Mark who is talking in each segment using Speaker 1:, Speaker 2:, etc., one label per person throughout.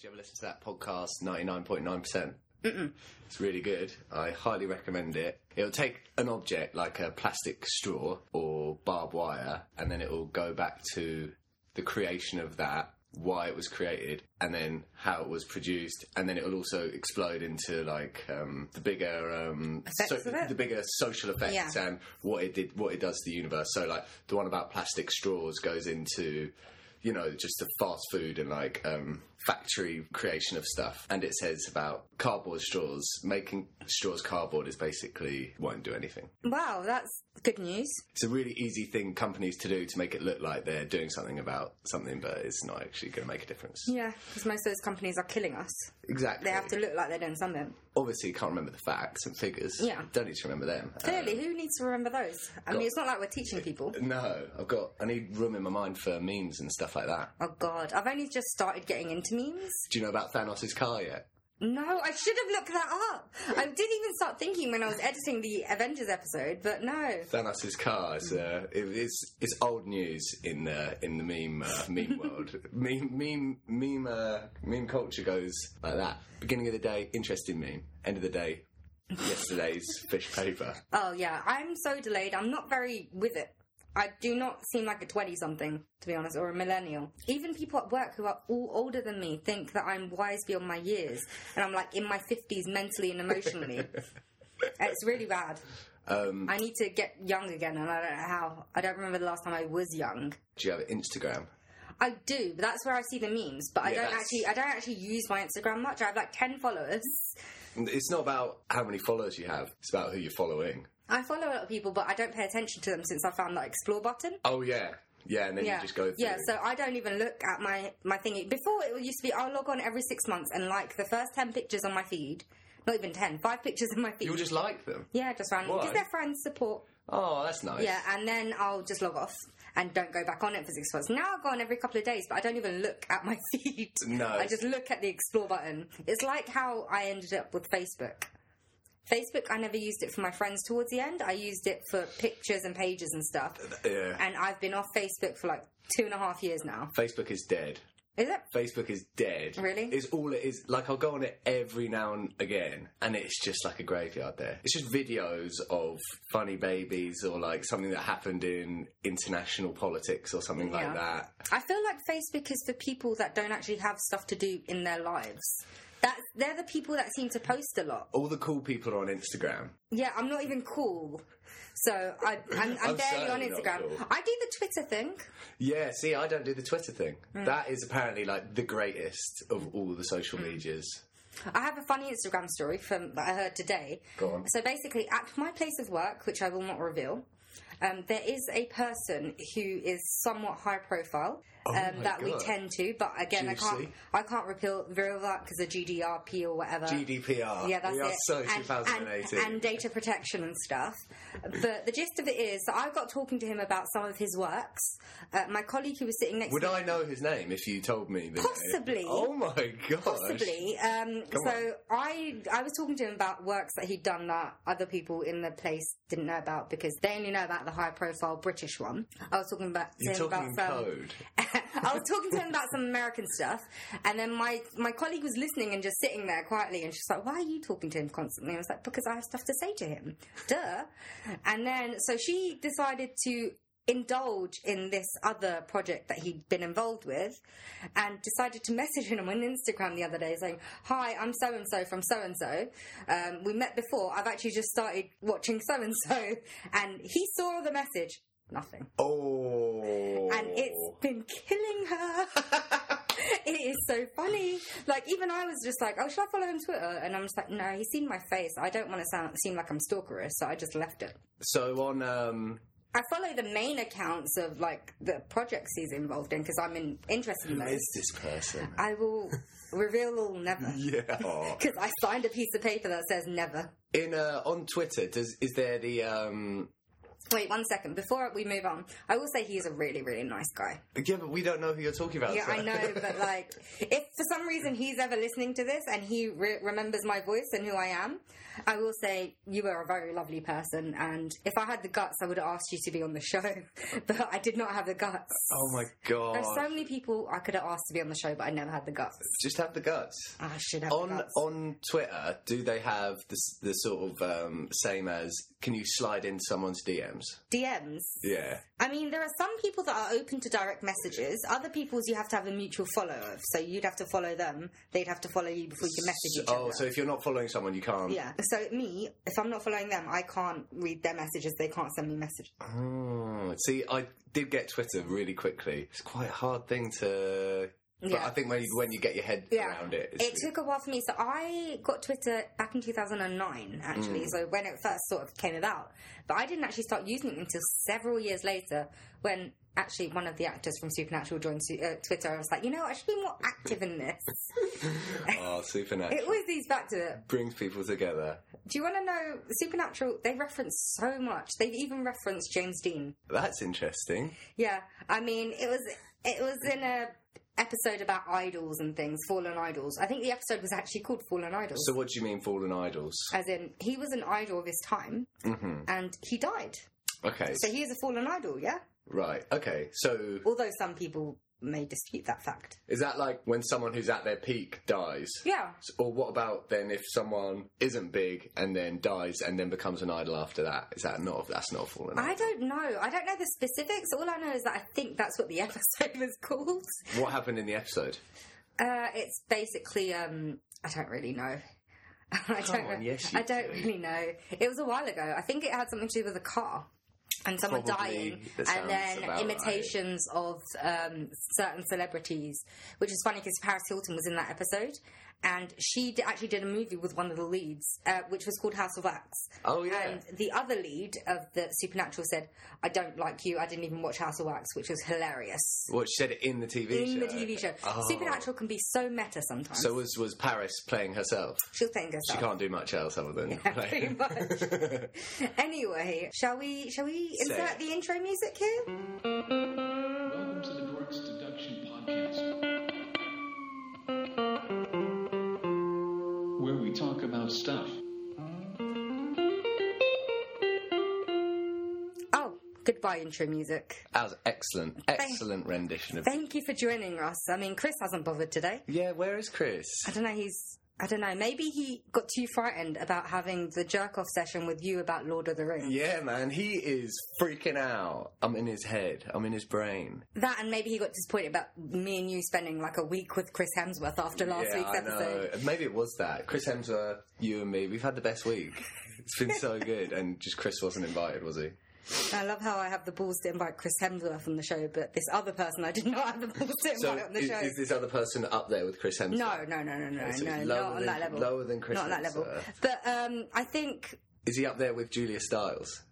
Speaker 1: you ever listen to that podcast, 99.9%? It's really good. I highly recommend it. It'll take an object like a plastic straw or barbed wire, and then it'll go back to the creation of that, why it was created, and then how it was produced, and then it'll also explode into like um, the bigger um,
Speaker 2: Effects of it?
Speaker 1: the bigger social effects
Speaker 2: Yeah.
Speaker 1: and what it did, what it does to the universe. So like the one about plastic straws goes into you know, just the fast food and like um, factory creation of stuff. And it says about cardboard straws. Making straws cardboard is basically won't do anything.
Speaker 2: Wow, that's good news.
Speaker 1: It's a really easy thing companies to do to make it look like they're doing something about something, but it's not actually going to make a difference.
Speaker 2: Yeah, because most of those companies are killing us.
Speaker 1: Exactly.
Speaker 2: They have to look like they're doing something.
Speaker 1: Obviously, you can't remember the facts and figures.
Speaker 2: Yeah.
Speaker 1: Don't need to remember them.
Speaker 2: Clearly, who needs to remember those? I mean, it's not like we're teaching people.
Speaker 1: Um, no, I've got. I need room in my mind for memes and stuff like that.
Speaker 2: Oh God, I've only just started getting into memes.
Speaker 1: Do you know about Thanos' car yet?
Speaker 2: No, I should have looked that up. I did even start thinking when I was editing the Avengers episode, but no.
Speaker 1: Thanos' car. It's, uh, it- it's it's old news in the in the meme uh, meme world. Meme meme meme uh, meme culture goes like that. Beginning of the day, interesting meme. End of the day, yesterday's fish paper.
Speaker 2: Oh yeah, I'm so delayed. I'm not very with it. I do not seem like a 20 something, to be honest, or a millennial. Even people at work who are all older than me think that I'm wise beyond my years, and I'm like in my 50s mentally and emotionally. it's really bad. Um, I need to get young again, and I don't know how. I don't remember the last time I was young.
Speaker 1: Do you have an Instagram?
Speaker 2: I do, but that's where I see the memes. But I
Speaker 1: Yeah,
Speaker 2: don't
Speaker 1: that's-
Speaker 2: actually, I don't actually use my Instagram much. I have like ten followers.
Speaker 1: It's not about how many followers you have. It's about who you're following.
Speaker 2: I follow a lot of people, but I don't pay attention to them since I found that explore button.
Speaker 1: Oh yeah, yeah. And then
Speaker 2: Yeah,
Speaker 1: you just go through.
Speaker 2: yeah. So I don't even look at my my thingy. Before it used to be, I'll log on every six months and like the first ten pictures on my feed. Not even ten, five pictures on my feed.
Speaker 1: You'll just like them.
Speaker 2: yeah, just random
Speaker 1: Why?
Speaker 2: because they're friends support.
Speaker 1: Oh, that's nice.
Speaker 2: Yeah, and then I'll just log off and don't go back on it for six months. Now I go on every couple of days, but I don't even look at my feed.
Speaker 1: No.
Speaker 2: I just look at the explore button. It's like how I ended up with Facebook. Facebook, I never used it for my friends towards the end. I used it for pictures and pages and stuff.
Speaker 1: Uh, Yeah.
Speaker 2: And I've been off Facebook for like two and a half years now.
Speaker 1: Facebook is dead.
Speaker 2: Is it?
Speaker 1: Facebook is dead.
Speaker 2: Really?
Speaker 1: It's all it is. Like, I'll go on it every now and again, and it's just like a graveyard there. It's just videos of funny babies or like something that happened in international politics or something like
Speaker 2: Yeah.
Speaker 1: that.
Speaker 2: I feel like Facebook is for people that don't actually have stuff to do in their lives. That's, they're the people that seem to post a lot.
Speaker 1: All the cool people are on Instagram.
Speaker 2: Yeah, I'm not even cool. So I, I'm, I'm,
Speaker 1: I'm
Speaker 2: barely on
Speaker 1: certainly not
Speaker 2: Instagram.
Speaker 1: cool.
Speaker 2: I do the Twitter thing.
Speaker 1: Yeah, see, I don't do the Twitter thing.
Speaker 2: Mm.
Speaker 1: That is apparently like the greatest of all the social
Speaker 2: Mm.
Speaker 1: medias.
Speaker 2: I have a funny Instagram story from that I heard today.
Speaker 1: Go on.
Speaker 2: So basically, at my place of work, which I will not reveal, um, there is a person who is somewhat high profile um,
Speaker 1: Oh my
Speaker 2: that we
Speaker 1: God.
Speaker 2: tend to. But again, I can't
Speaker 1: Juicy.
Speaker 2: I can't reveal, reveal that because of GDRP or whatever.
Speaker 1: GDPR.
Speaker 2: Uh, Yeah, that's
Speaker 1: we are
Speaker 2: it.
Speaker 1: so
Speaker 2: And-
Speaker 1: 2018.
Speaker 2: And, and data protection and stuff. But the gist of it is that I got talking to him about some of his works. Uh, my colleague who was sitting next
Speaker 1: Would
Speaker 2: to me.
Speaker 1: I know his name if you told me? The
Speaker 2: Possibly.
Speaker 1: Oh my gosh.
Speaker 2: Possibly. Um,
Speaker 1: Go
Speaker 2: so I I was talking to him about works that he'd done that other people in the place didn't know about because they only know about the high profile British one. I was talking about to
Speaker 1: You're
Speaker 2: him
Speaker 1: talking
Speaker 2: about some
Speaker 1: code.
Speaker 2: I was talking to him about some American stuff, and then my, my colleague was listening and just sitting there quietly, and she's like, "Why are you talking to him constantly?" I was like, "Because I have stuff to say to him." Duh. And then so she decided to indulge in this other project that he'd been involved with, and decided to message him on Instagram the other day saying, "Hi, I'm so and so from so and so. We met before. I've actually just started watching so and so," and he saw the message. Nothing
Speaker 1: Oh.
Speaker 2: and it's been killing her. it is so funny. Like even I was just like, oh, should I follow him on Twitter? And I'm just like, no, he's seen my face. I don't want to sound seem like I'm stalkerish, so I just left it.
Speaker 1: So on um
Speaker 2: I follow the main accounts of like the projects he's involved in because I'm in, interested in those.
Speaker 1: this person?
Speaker 2: I will reveal all never
Speaker 1: yeah. Aw.
Speaker 2: because I signed a piece of paper that says never.
Speaker 1: In uh, on Twitter, does is there the um
Speaker 2: Wait one second. Before we move on, I will say he's a really, really nice guy.
Speaker 1: Yeah, but we don't know who you're talking about.
Speaker 2: Yeah,
Speaker 1: so.
Speaker 2: I know, but like, if for some reason he's ever listening to this and he re- remembers my voice and who I am, I will say you were a very lovely person. And if I had the guts, I would have asked you to be on the show, but I did not have the guts.
Speaker 1: oh my
Speaker 2: There's
Speaker 1: god!
Speaker 2: so many people I could have asked to be on the show, but I never had the guts.
Speaker 1: Just have the guts.
Speaker 2: I should have. the
Speaker 1: On
Speaker 2: guts.
Speaker 1: on Twitter, do they have the s- the sort of um, same as? Can you slide in someone's DMs?
Speaker 2: DMs.
Speaker 1: Yeah.
Speaker 2: I mean, there are some people that are open to direct messages. Other people's you have to have a mutual follow of. So you'd have to follow them. They'd have to follow you before you can message each
Speaker 1: Oh,
Speaker 2: other.
Speaker 1: so if you're not following someone, you can't.
Speaker 2: yeah. So me, if I'm not following them, I can't read their messages. They can't send me messages.
Speaker 1: Oh, see, I did get Twitter really quickly. It's quite a hard thing to. But
Speaker 2: Yeah.
Speaker 1: I think when you, when you get your head
Speaker 2: Yeah.
Speaker 1: around it, it's
Speaker 2: It took a while for me. So I got Twitter back in 2009, actually.
Speaker 1: Mm.
Speaker 2: So when it first sort of came about, but I didn't actually start using it until several years later when. Actually, one of the actors from Supernatural joined Su- uh, Twitter. I was like, you know, what, I should be more active in this.
Speaker 1: oh, supernatural.
Speaker 2: it always leads back to it.
Speaker 1: brings people together.
Speaker 2: Do you want to know Supernatural? They reference so much. They've even referenced James Dean.
Speaker 1: That's interesting.
Speaker 2: Yeah, I mean, it was it was in a episode about idols and things, fallen idols. I think the episode was actually called Fallen Idols,
Speaker 1: So, what do you mean, fallen idols?
Speaker 2: as in he was an idol of his time and he died.
Speaker 1: Okay,
Speaker 2: So he is a fallen idol. Yeah,
Speaker 1: right. Okay, so
Speaker 2: although some people may dispute that fact.
Speaker 1: is that like when someone who's at their peak dies?
Speaker 2: Yeah,
Speaker 1: S- Or what about then if someone isn't big and then dies and then becomes an idol after that? Is that not that's not fallen?
Speaker 2: I don't know. I don't know the specifics. All I know is that I think that's what the episode was called.
Speaker 1: What happened in the episode?
Speaker 2: Uh, it's basically um, I don't really know. I
Speaker 1: Come
Speaker 2: don't.
Speaker 1: on,
Speaker 2: re-
Speaker 1: yes, you
Speaker 2: I don't
Speaker 1: do.
Speaker 2: really know. It was a while ago. I think it had something to do with a car and someone
Speaker 1: Probably.
Speaker 2: dying,
Speaker 1: That
Speaker 2: and
Speaker 1: sounds
Speaker 2: then
Speaker 1: about
Speaker 2: imitations of um, certain celebrities, which is funny because Paris Hilton was in that episode. And she d- actually did a movie with one of the leads, uh, which was called House of Wax.
Speaker 1: Oh, yeah.
Speaker 2: And the other lead of the Supernatural said, "I don't like you. I didn't even watch House of Wax," which was hilarious
Speaker 1: What she said it in the TV show.
Speaker 2: in the TV show.
Speaker 1: Oh.
Speaker 2: Supernatural can be so meta sometimes.
Speaker 1: So was was Paris playing herself?
Speaker 2: She's playing
Speaker 1: She
Speaker 2: herself.
Speaker 1: can't do much else other than play.
Speaker 2: Pretty much. anyway, shall we? Shall we
Speaker 1: Say
Speaker 2: insert
Speaker 1: it.
Speaker 2: the intro music here?
Speaker 3: Welcome to the Dorks Deduction Podcast, where we talk about stuff.
Speaker 2: Oh, goodbye intro music.
Speaker 1: That was excellent, excellent rendition of.
Speaker 2: Thank you for joining us. I mean, Chris hasn't bothered today.
Speaker 1: Yeah, where is Chris?
Speaker 2: I don't know. He's. I don't know. Maybe he got too frightened about having the jerk off session with you about Lord of the Rings.
Speaker 1: Yeah, man, he is freaking out. I'm in his head. I'm in his brain.
Speaker 2: That, and maybe he got disappointed about me and you spending like a week with Chris Hemsworth after last
Speaker 1: yeah,
Speaker 2: week's
Speaker 1: I
Speaker 2: episode.
Speaker 1: know. Maybe it was that. Chris Hemsworth, you and me, we've had the best week. It's been so good, and just Chris wasn't invited, was he?
Speaker 2: I love how I have the balls to invite Chris Hemsworth on the show, but this other person I did not have the balls to invite
Speaker 1: So
Speaker 2: on the
Speaker 1: is,
Speaker 2: show.
Speaker 1: is this other person up there with Chris Hemsworth?
Speaker 2: no, no, no, no, no,
Speaker 1: so
Speaker 2: no,
Speaker 1: he's
Speaker 2: not
Speaker 1: lower
Speaker 2: on
Speaker 1: than-
Speaker 2: that level.
Speaker 1: lower than Chris
Speaker 2: Not on that level.
Speaker 1: Hemsworth.
Speaker 2: But um, I think
Speaker 1: Is he up there with Julia Stiles?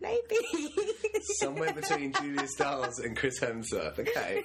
Speaker 2: maybe.
Speaker 1: Somewhere between Julia Stiles and Chris Hemsworth. Okay,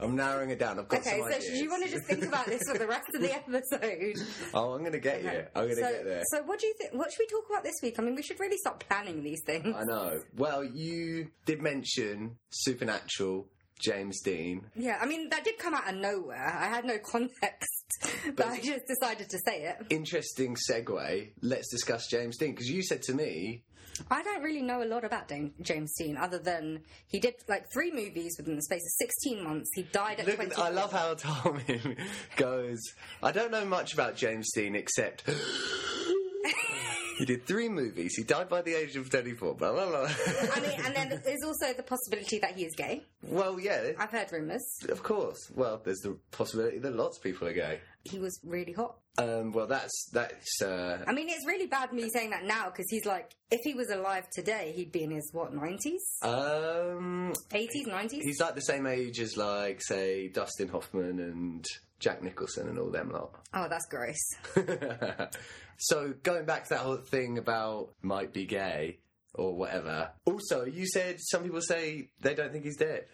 Speaker 1: I'm narrowing it down. I've got
Speaker 2: okay,
Speaker 1: some
Speaker 2: so
Speaker 1: ideas.
Speaker 2: do you want to just think about this for the rest of the episode?
Speaker 1: Oh, I'm gonna get you. I'm gonna
Speaker 2: so,
Speaker 1: get there.
Speaker 2: so what do you think? What should we talk about this week? I mean, we should really start planning these things.
Speaker 1: I know. Well, you did mention Supernatural, James Dean.
Speaker 2: Yeah, I mean that did come out of nowhere. I had no context, but I just decided to say it.
Speaker 1: Interesting segue. Let's discuss James Dean because you said to me,
Speaker 2: I don't really know a lot about Dan- James Dean other than he did like three movies within the space of 16 months. He died at
Speaker 1: "Look,
Speaker 2: 20.
Speaker 1: I love how Tommy goes. I don't know much about James Dean except." He did three movies. He died by the age of 34. Blah, blah, blah.
Speaker 2: I mean, and then there's also the possibility that he is gay.
Speaker 1: well, yeah,
Speaker 2: I've heard rumours.
Speaker 1: of course. Well, there's the possibility that lots of people are gay.
Speaker 2: He was really hot.
Speaker 1: Um, well, that's, that's, uh,
Speaker 2: I mean, it's really bad me saying that now because he's like, if he was alive today, he'd be in his, what, 90s?
Speaker 1: um,
Speaker 2: 80s, 90s?
Speaker 1: He's like the same age as like say Dustin Hoffman and Jack Nicholson and all them lot.
Speaker 2: Oh, that's gross.
Speaker 1: so going back to that whole thing about might be gay or whatever. Also, you said some people say they don't think he's dead.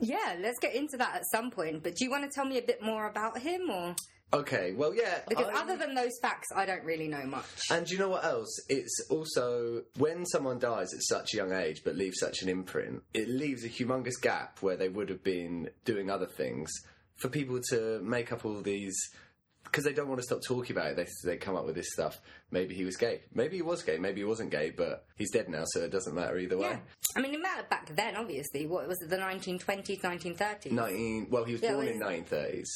Speaker 2: Yeah, let's get into that at some point. But do you want to tell me a bit more about him or
Speaker 1: Okay, well, yeah.
Speaker 2: Because
Speaker 1: I-
Speaker 2: other than those facts, I don't really know much.
Speaker 1: And do you know what else? It's also when someone dies at such a young age but leaves such an imprint, it leaves a humongous gap where they would have been doing other things for people to make up all these. Because they don't want to stop talking about it, they, they come up with this stuff. Maybe he was gay. Maybe he was gay. Maybe he wasn't gay, but he's dead now, so it doesn't matter either way.
Speaker 2: Yeah. I mean, it mattered back then, obviously. What was it, the 1920s, 1930s?
Speaker 1: 19. Well, he was
Speaker 2: Yeah,
Speaker 1: born
Speaker 2: well,
Speaker 1: in 1930s.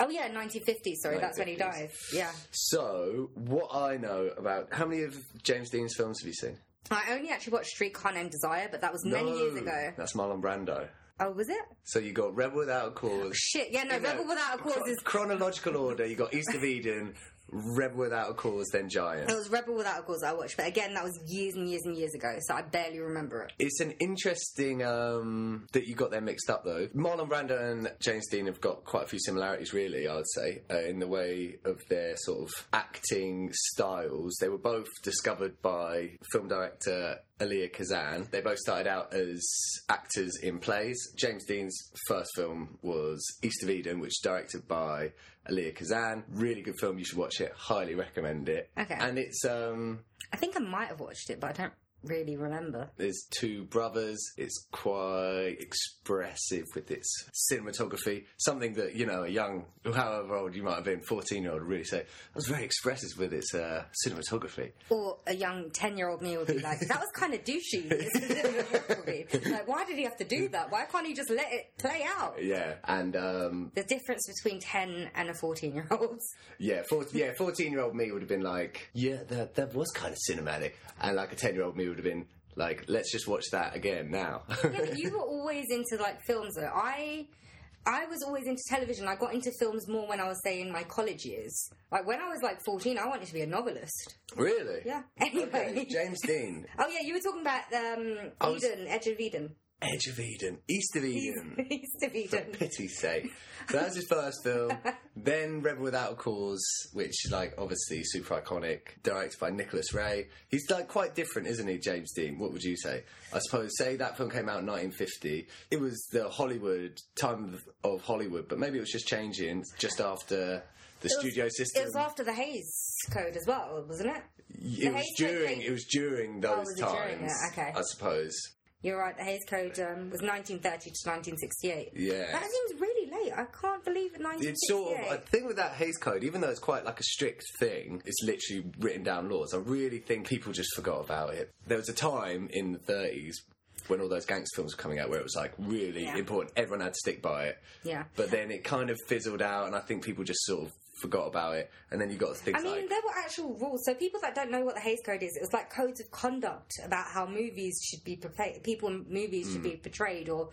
Speaker 2: Oh, yeah, 1950s, sorry, that's when he
Speaker 1: 1950s.
Speaker 2: died. Yeah.
Speaker 1: So, what I know about how many of James Dean's films have you seen?
Speaker 2: I only actually watched Streetcar Named Desire, but that was many
Speaker 1: No.
Speaker 2: years ago.
Speaker 1: That's Marlon Brando.
Speaker 2: Oh, was it?
Speaker 1: So you got Rebel Without a Cause.
Speaker 2: Shit, yeah, no,
Speaker 1: No,
Speaker 2: Rebel Without a Cause
Speaker 1: chron-
Speaker 2: is.
Speaker 1: chronological order. You got East of Eden, Rebel Without a Cause, then Giant.
Speaker 2: It was Rebel Without a Cause I watched, but again, that was years and years and years ago, so I barely remember it.
Speaker 1: It's an interesting um, that you got them mixed up though. Marlon Brando and James Dean have got quite a few similarities, really. I'd say uh, in the way of their sort of acting styles. They were both discovered by film director Elia Kazan. They both started out as actors in plays. James Dean's first film was East of Eden, which is directed by Elia Kazan. Really good film. You should watch it. Highly recommend it.
Speaker 2: Okay.
Speaker 1: And it's um,
Speaker 2: I think I might have watched it, but I don't really remember.
Speaker 1: there's two brothers. It's quite expressive with its cinematography. Something that, you know, a young, however old you might have been, 14 year old, would really say, I was very expressive with its uh, cinematography.
Speaker 2: Or a young 10 year old me would be like, that was kind of douchey. like, why did he have to do that? Why can't he just let it play out?
Speaker 1: Yeah. And, um,
Speaker 2: The difference between 10 and a 14 year old.
Speaker 1: yeah, 14, yeah, 14 year old me would have been like, yeah, that, that was kind of cinematic. And like a 10 year old me would have been like, let's just watch that again now.
Speaker 2: Yeah, but you were always into like films though. I I was always into television. I got into films more when I was say in my college years. Like when I was like fourteen, I wanted to be a novelist.
Speaker 1: really?
Speaker 2: Yeah.
Speaker 1: Okay,
Speaker 2: Anyway.
Speaker 1: James Dean,
Speaker 2: Oh yeah, you were talking about um,
Speaker 1: I was-
Speaker 2: Eden, Edge of Eden,
Speaker 1: Edge of Eden, East of Eden.
Speaker 2: East of
Speaker 1: for
Speaker 2: Eden.
Speaker 1: pity's sake. So that was his first film. then Rebel Without a Cause, which is like obviously super iconic, directed by Nicholas Ray. He's like quite different, isn't he, James Dean? What would you say? I suppose say that film came out in 1950. It was the Hollywood time of, of Hollywood, but maybe it was just changing just after the studio system.
Speaker 2: It was after the Hayes Code as well, wasn't it?
Speaker 1: It was
Speaker 2: Hayes Code
Speaker 1: during.
Speaker 2: came-
Speaker 1: It was during those
Speaker 2: Oh, was it
Speaker 1: times.
Speaker 2: during it? Okay.
Speaker 1: I suppose.
Speaker 2: You're right. The Hayes Code um, was 1930 to 1968.
Speaker 1: Yeah.
Speaker 2: That seems really late. I can't believe it. 1968.
Speaker 1: It's sort of I think with that Hayes Code, even though it's quite like a strict thing, it's literally written down laws. I really think people just forgot about it. There was a time in the 30s when all those gangster films were coming out where it was like really
Speaker 2: Yeah.
Speaker 1: important, everyone had to stick by it.
Speaker 2: Yeah.
Speaker 1: But then it kind of fizzled out, and I think people just sort of forgot about it. And then you got things
Speaker 2: I mean,
Speaker 1: like
Speaker 2: there were actual rules. So people that don't know what the Hays Code is, it was like codes of conduct about how movies should be portrayed, people in movies should be portrayed, or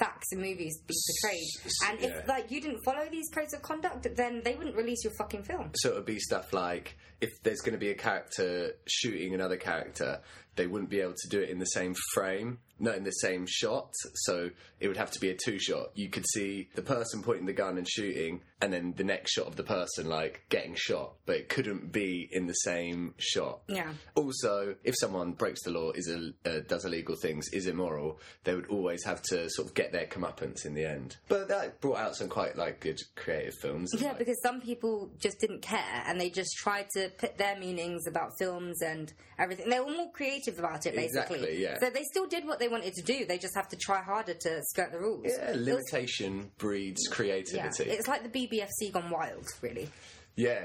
Speaker 2: facts in movies be portrayed.
Speaker 1: Mm. s-
Speaker 2: And
Speaker 1: yeah.
Speaker 2: if like you didn't follow these codes of conduct, then they wouldn't release your fucking film.
Speaker 1: So it would be stuff like if there's going to be a character shooting another character, they wouldn't be able to do it in the same frame, not in the same shot. So it would have to be a two shot. You could see the person pointing the gun and shooting, and then the next shot of the person like getting shot, but it couldn't be in the same shot.
Speaker 2: Yeah.
Speaker 1: Also, if someone breaks the law, is Ill- uh, does illegal things, is immoral, they would always have to sort of get their comeuppance in the end. But that brought out some quite like good creative films. and,
Speaker 2: Yeah,
Speaker 1: like,
Speaker 2: because some people just didn't care and they just tried to put their meanings about films and everything. They were more creative about it, basically.
Speaker 1: Exactly, yeah.
Speaker 2: So they still did what they wanted to do. They just have to try harder to skirt the rules.
Speaker 1: Yeah, limitation breeds
Speaker 2: Yeah.
Speaker 1: creativity. Yeah.
Speaker 2: It's like the BBFC gone wild, really.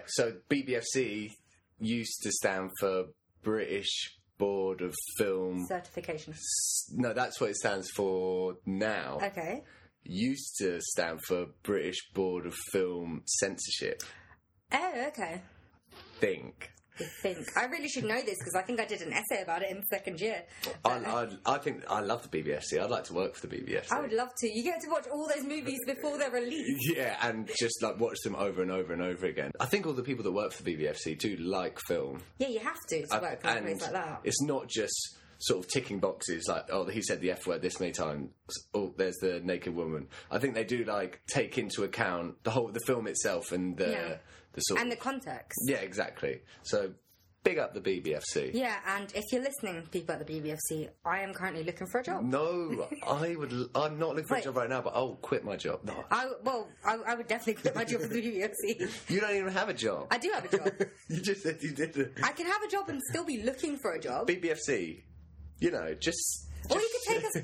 Speaker 1: so BBFC used to stand for British Board of Film.
Speaker 2: Certification.
Speaker 1: No, that's what it stands for now.
Speaker 2: Okay.
Speaker 1: Used to stand for British Board of Film Censorship.
Speaker 2: Oh, okay.
Speaker 1: Think.
Speaker 2: You think. I really should know this because I think I did an essay about it in second year.
Speaker 1: I, I, I think I love the BBFC. I'd like to work for the BBFC.
Speaker 2: I would love to. You get to watch all those movies before they're released.
Speaker 1: yeah, and just like watch them over and over and over again. I think all the people that work for the BBFC do like film.
Speaker 2: Yeah, you have to
Speaker 1: Uh,
Speaker 2: to work on movies like that.
Speaker 1: it's not just sort of ticking boxes like oh he said the f word this many times oh there's the naked woman i think they do like take into account the whole the film itself and the
Speaker 2: Yeah.
Speaker 1: the sort
Speaker 2: And the
Speaker 1: of,
Speaker 2: context.
Speaker 1: yeah exactly so big up the BBFC.
Speaker 2: Yeah, and if you're listening, people at the BBFC, I am currently looking for a
Speaker 1: Mm.
Speaker 2: job.
Speaker 1: No, I would. l- I'm not looking for a
Speaker 2: Wait.
Speaker 1: job right now, but I'll quit my job. No,
Speaker 2: I well, I, I would definitely quit my job at the BBFC.
Speaker 1: you don't even have a job.
Speaker 2: I do have a job.
Speaker 1: you just said you didn't.
Speaker 2: I can have a job and still be looking for a job,
Speaker 1: BBFC, you know, just.
Speaker 2: or you could take us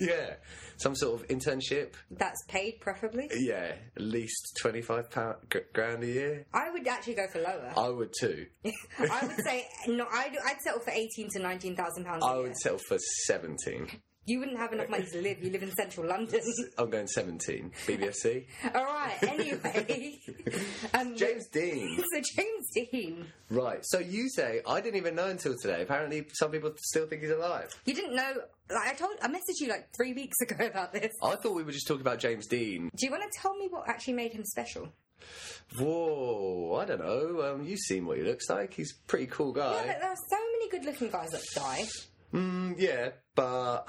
Speaker 1: yeah, some sort of internship.
Speaker 2: That's paid, preferably.
Speaker 1: Yeah, at least twenty five pound gr- grand a year.
Speaker 2: I would actually go for lower.
Speaker 1: I would too.
Speaker 2: I would say no. I'd, I'd settle for eighteen to nineteen thousand pounds.
Speaker 1: I
Speaker 2: a year.
Speaker 1: would settle for seventeen.
Speaker 2: You wouldn't have enough money to live. You live in central London.
Speaker 1: I'm going seventeen. BBFC.
Speaker 2: All right. Anyway, um,
Speaker 1: James Dean.
Speaker 2: So James Dean,
Speaker 1: Right. So you say I didn't even know until today. Apparently, some people still think he's alive.
Speaker 2: you didn't know. Like I told, I messaged you like three weeks ago about this.
Speaker 1: I thought we were just talking about James Dean.
Speaker 2: Do you want to tell me what actually made him special?
Speaker 1: Whoa, I don't know. Um, you've seen what he looks like. He's a pretty cool
Speaker 2: Yeah,
Speaker 1: guy.
Speaker 2: but there are so many good-looking guys that die.
Speaker 1: Mm, yeah, but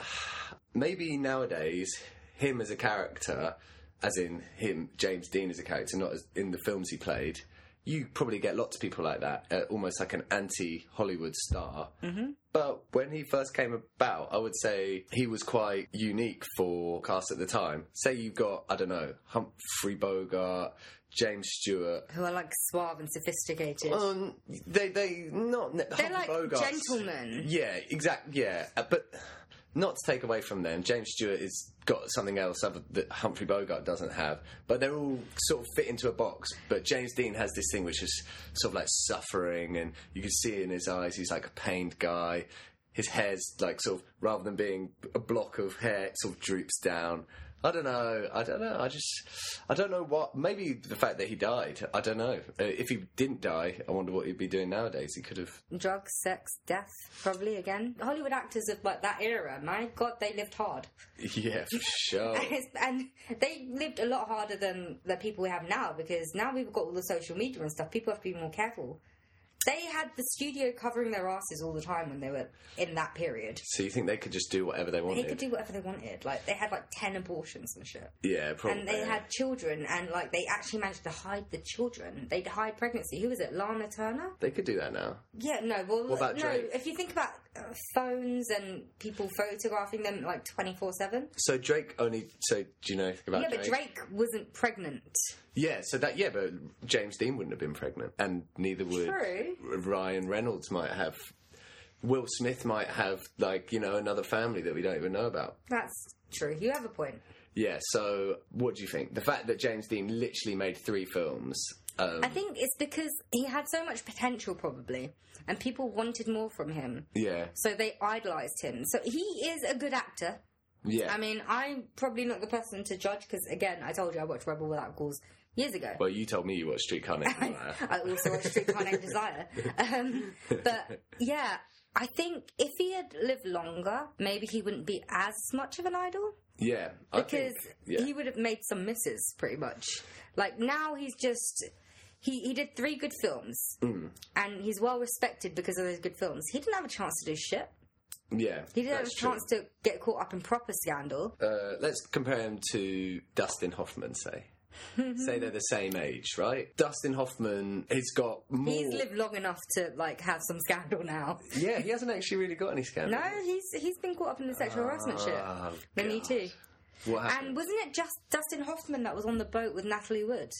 Speaker 1: maybe nowadays, him as a character, as in him, James Dean as a character, not as in the films he played, you probably get lots of people like that, uh, almost like an anti Hollywood star. Mm-hmm. But when he first came about, I would say he was quite unique for cast at the time. Say you've got, I don't know, Humphrey Bogart, James Stewart,
Speaker 2: Who are like suave and sophisticated.
Speaker 1: Um, they they not they're
Speaker 2: like gentlemen.
Speaker 1: Yeah, exact. Yeah, Uh, but not to take away from them, James Stewart has got something else other that Humphrey Bogart doesn't have. But they're all sort of fit into a box. But James Dean has this thing which is sort of like suffering, and you can see it in his eyes he's like a pained guy. His hair's like sort of rather than being a block of hair, it sort of droops down. I don't know. I don't know. I just, I don't know what. Maybe the fact that he died. I don't know. Uh, If he didn't die, I wonder what he'd be doing nowadays. He could have.
Speaker 2: Drugs, sex, death, probably again. Hollywood actors of like that era, my god, they lived hard.
Speaker 1: Yeah, for sure.
Speaker 2: and they lived a lot harder than the people we have now because now we've got all the social media and stuff. People have to be more careful. They had the studio covering their asses all the time when they were in that period.
Speaker 1: So you think they could just do whatever they
Speaker 2: They
Speaker 1: wanted?
Speaker 2: could do whatever they wanted. Like they had like ten abortions and shit.
Speaker 1: yeah, probably.
Speaker 2: And they had children, and like they actually managed to hide the children. They'd hide pregnancy. Who was it? Lana Turner?
Speaker 1: They could do that now.
Speaker 2: Yeah, no. Well,
Speaker 1: What about
Speaker 2: no.
Speaker 1: Drake?
Speaker 2: If you think about uh, phones and people photographing them like twenty four seven.
Speaker 1: So Drake only. So do you know anything about
Speaker 2: Yeah, but Drake wasn't pregnant.
Speaker 1: Yeah, so that. Yeah, but James Dean wouldn't have been pregnant, and neither would
Speaker 2: True.
Speaker 1: Ryan Reynolds. Might have. Will Smith might have like you know another family that we don't even know about.
Speaker 2: That's true. You have a point.
Speaker 1: Yeah. So what do you think? The fact that James Dean literally made three films. Um,
Speaker 2: I think it's because he had so much potential, probably, and people wanted more from him.
Speaker 1: yeah.
Speaker 2: So they idolized him. So he is a good actor.
Speaker 1: Yeah.
Speaker 2: I mean, I'm probably not the person to judge because, again, I told you I watched Rebel Without Cause years ago.
Speaker 1: well, you told me you watched Streetcar Named Desire.
Speaker 2: I also watched Streetcar Named Desire. Um, but yeah, I think if he had lived longer, maybe he wouldn't be as much of an idol
Speaker 1: Yeah. I
Speaker 2: because
Speaker 1: think, yeah.
Speaker 2: he would have made some misses pretty much. Like now he's just he, he did three good films
Speaker 1: Mm.
Speaker 2: and he's well respected because of those good films. He didn't have a chance to do shit.
Speaker 1: yeah.
Speaker 2: He
Speaker 1: that's
Speaker 2: didn't have a
Speaker 1: true.
Speaker 2: chance to get caught up in proper scandal.
Speaker 1: Uh, let's compare him to Dustin Hoffman, say. say they're the same age, right? Dustin Hoffman has got more.
Speaker 2: He's lived long enough to like have some scandal now.
Speaker 1: yeah, he hasn't actually really got any scandal.
Speaker 2: No, he's he's been caught up in the sexual harassment
Speaker 1: Oh,
Speaker 2: shit. The Me
Speaker 1: God.
Speaker 2: Too.
Speaker 1: What happened?
Speaker 2: And wasn't it just Dustin Hoffman that was on the boat with Natalie Wood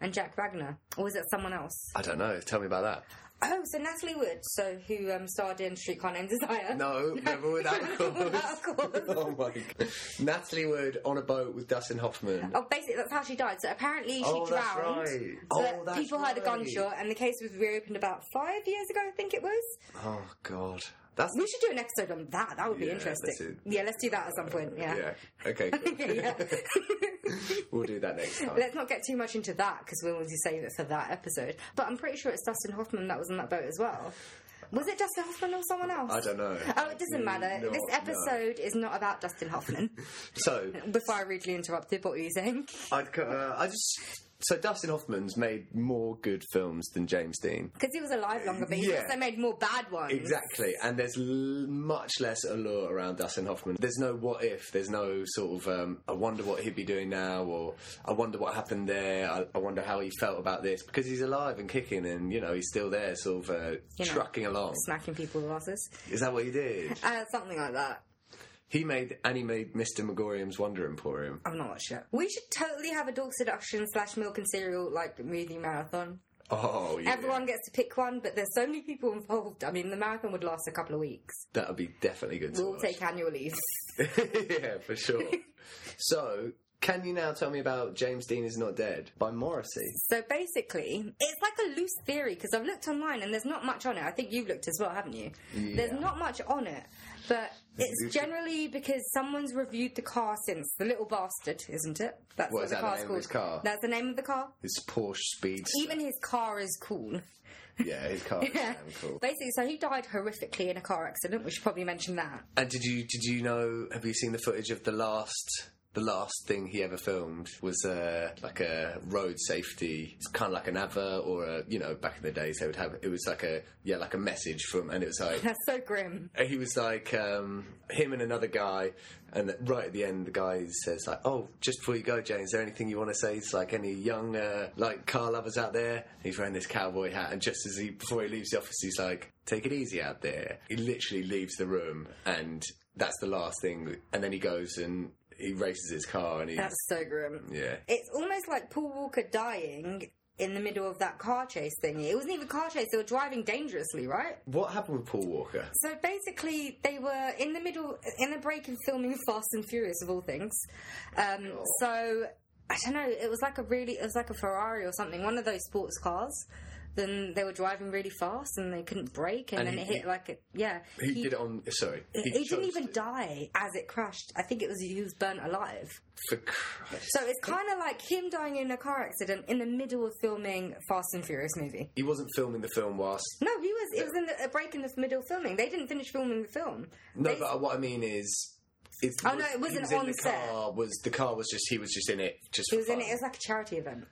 Speaker 2: and Jack Wagner, or was it someone else?
Speaker 1: I don't know. Tell me about that.
Speaker 2: Oh, so Natalie Wood, so who um, starred in Streetcar Named Desire?
Speaker 1: No, never without cause.
Speaker 2: Without Cause.
Speaker 1: oh my god. Natalie Wood on a boat with Dustin Hoffman.
Speaker 2: Oh, basically that's how she died. So apparently she
Speaker 1: Oh, that's
Speaker 2: drowned.
Speaker 1: right.
Speaker 2: but
Speaker 1: Oh, that's
Speaker 2: people heard a
Speaker 1: right.
Speaker 2: gunshot, and the case was reopened about five years ago, I think it was.
Speaker 1: Oh god. That's
Speaker 2: We should do an episode on that. That would be
Speaker 1: Yeah,
Speaker 2: interesting.
Speaker 1: that's it.
Speaker 2: Yeah, let's do that at some point. Yeah.
Speaker 1: yeah. Okay.
Speaker 2: Yeah,
Speaker 1: Cool.
Speaker 2: yeah.
Speaker 1: we'll do that next time.
Speaker 2: Let's not get too much into that because we wanted to save it for that episode. But I'm pretty sure it's Dustin Hoffman that was on that boat as well. Was it Dustin Hoffman or someone else?
Speaker 1: I don't know.
Speaker 2: Oh, it doesn't matter.
Speaker 1: No,
Speaker 2: this
Speaker 1: no.
Speaker 2: episode is not about Dustin Hoffman.
Speaker 1: So
Speaker 2: Before I rudely interrupted, what were you saying?
Speaker 1: I'd, co- uh, I just So Dustin Hoffman's made more good films than James Dean.
Speaker 2: Because he was alive longer, but he
Speaker 1: Yeah.
Speaker 2: also made more bad ones.
Speaker 1: Exactly, and there's l- much less allure around Dustin Hoffman. There's no what if. There's no sort of um, I wonder what he'd be doing now, or I wonder what happened there. I, I wonder how he felt about this because he's alive and kicking, and you know he's still there, sort of uh,
Speaker 2: You know.
Speaker 1: trucking along.
Speaker 2: Smacking people with asses.
Speaker 1: Is that what he did?
Speaker 2: Uh, something like that.
Speaker 1: He made and he made Mr. Megorium's Wonder Emporium.
Speaker 2: I've not watched it. We should totally have a dog seduction slash milk and cereal like movie marathon.
Speaker 1: Oh, yeah.
Speaker 2: Everyone gets to pick one, but there's so many people involved. I mean, the marathon would last a couple of weeks.
Speaker 1: that would be definitely good. to
Speaker 2: We'll
Speaker 1: watch.
Speaker 2: take annual leave.
Speaker 1: yeah, for sure. so, can you now tell me about James Dean is Not Dead by Morrissey?
Speaker 2: So basically, it's like a loose theory because I've looked online and there's not much on it. I think you've looked as well, haven't you? There's not much on it, but it's generally because someone's reviewed the car since the little bastard, isn't it? That's
Speaker 1: What, is that the name of his car?
Speaker 2: That's the name of the car.
Speaker 1: His Porsche Speedster.
Speaker 2: Even his car is cool.
Speaker 1: yeah, his car. Yeah. Cool.
Speaker 2: Basically, so he died horrifically in a car accident. We should probably mention that.
Speaker 1: And did you did you know? Have you seen the footage of the last? The last thing he ever filmed was uh, like a road safety. It's kind of like an advert, or a, you know, back in the days they would have. It was like a yeah, like a message from, and it was like
Speaker 2: That's so grim.
Speaker 1: And he was like um, him and another guy, and th- right at the end, the guy says like, "Oh, just before you go, Jane, is there anything you want to say? It's like any young uh, like car lovers out there." He's wearing this cowboy hat, and just as he before he leaves the office, he's like, "Take it easy out there." He literally leaves the room, and that's the last thing. And then he goes and he races his car, and he's
Speaker 2: That's so grim.
Speaker 1: yeah.
Speaker 2: It's almost like Paul Walker dying in the middle of that car chase thingy. It wasn't even a car chase, they were driving dangerously, right?
Speaker 1: What happened with Paul Walker?
Speaker 2: So basically, they were in the middle, in a break in filming Fast and Furious of all things. Um,
Speaker 1: Oh.
Speaker 2: so I don't know. It was like a really, it was like a Ferrari or something, one of those sports cars. Then they were driving really fast and they couldn't brake, and,
Speaker 1: And
Speaker 2: then
Speaker 1: he-
Speaker 2: it hit like a yeah.
Speaker 1: He, did it on. Sorry,
Speaker 2: He, didn't
Speaker 1: chose
Speaker 2: even
Speaker 1: to-
Speaker 2: die as it crashed. I think it was he was burnt alive.
Speaker 1: For Christ.
Speaker 2: So it's kind of like him dying in a car accident in the middle of filming Fast and Furious movie.
Speaker 1: He wasn't filming the film whilst
Speaker 2: No, he was. It was in the, a break in the middle of filming. They didn't finish filming the film.
Speaker 1: No,
Speaker 2: They-
Speaker 1: but what I mean is, it's,
Speaker 2: Oh, no, it
Speaker 1: he
Speaker 2: wasn't
Speaker 1: was in
Speaker 2: on
Speaker 1: the
Speaker 2: set.
Speaker 1: car. Was the car was just he was just in it just
Speaker 2: He
Speaker 1: for
Speaker 2: was in
Speaker 1: fun.
Speaker 2: it. It was like a charity event.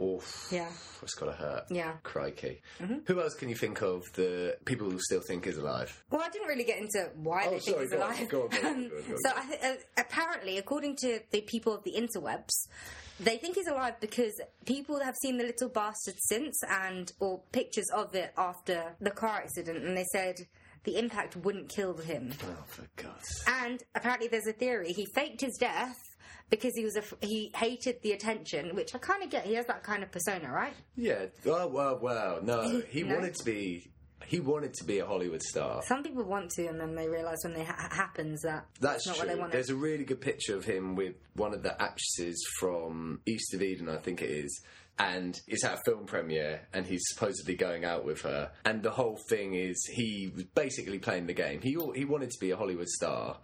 Speaker 1: Oof,
Speaker 2: Yeah.
Speaker 1: it's gotta hurt.
Speaker 2: Yeah. Mm-hmm.
Speaker 1: crikey. Who else can you think of the people who still think is alive?
Speaker 2: Well, I didn't really get into why
Speaker 1: Oh,
Speaker 2: they
Speaker 1: sorry,
Speaker 2: think he's
Speaker 1: go on,
Speaker 2: alive.
Speaker 1: go on, go on, go on,
Speaker 2: Um,
Speaker 1: go on, go on.
Speaker 2: So I th- uh, apparently, according to the people of the interwebs, they think he's alive because people have seen the little bastard since and or pictures of it after the car accident, and they said the impact wouldn't kill him.
Speaker 1: Oh, for God's sake.
Speaker 2: And apparently, there's a theory he faked his death. Because he was a, f- he hated the attention, which I kind of get. He has that kind of persona, right?
Speaker 1: Yeah. Oh well, well. No, he
Speaker 2: No.
Speaker 1: wanted to be. He wanted to be a Hollywood star.
Speaker 2: Some people want to, and then they realise when it ha- happens that
Speaker 1: That's
Speaker 2: it's not
Speaker 1: true.
Speaker 2: what they wanted.
Speaker 1: There's a really good picture of him with one of the actresses from East of Eden, I think it is. And it's at a film premiere, and he's supposedly going out with her. And the whole thing is he was basically playing the game. He al- he wanted to be a Hollywood star,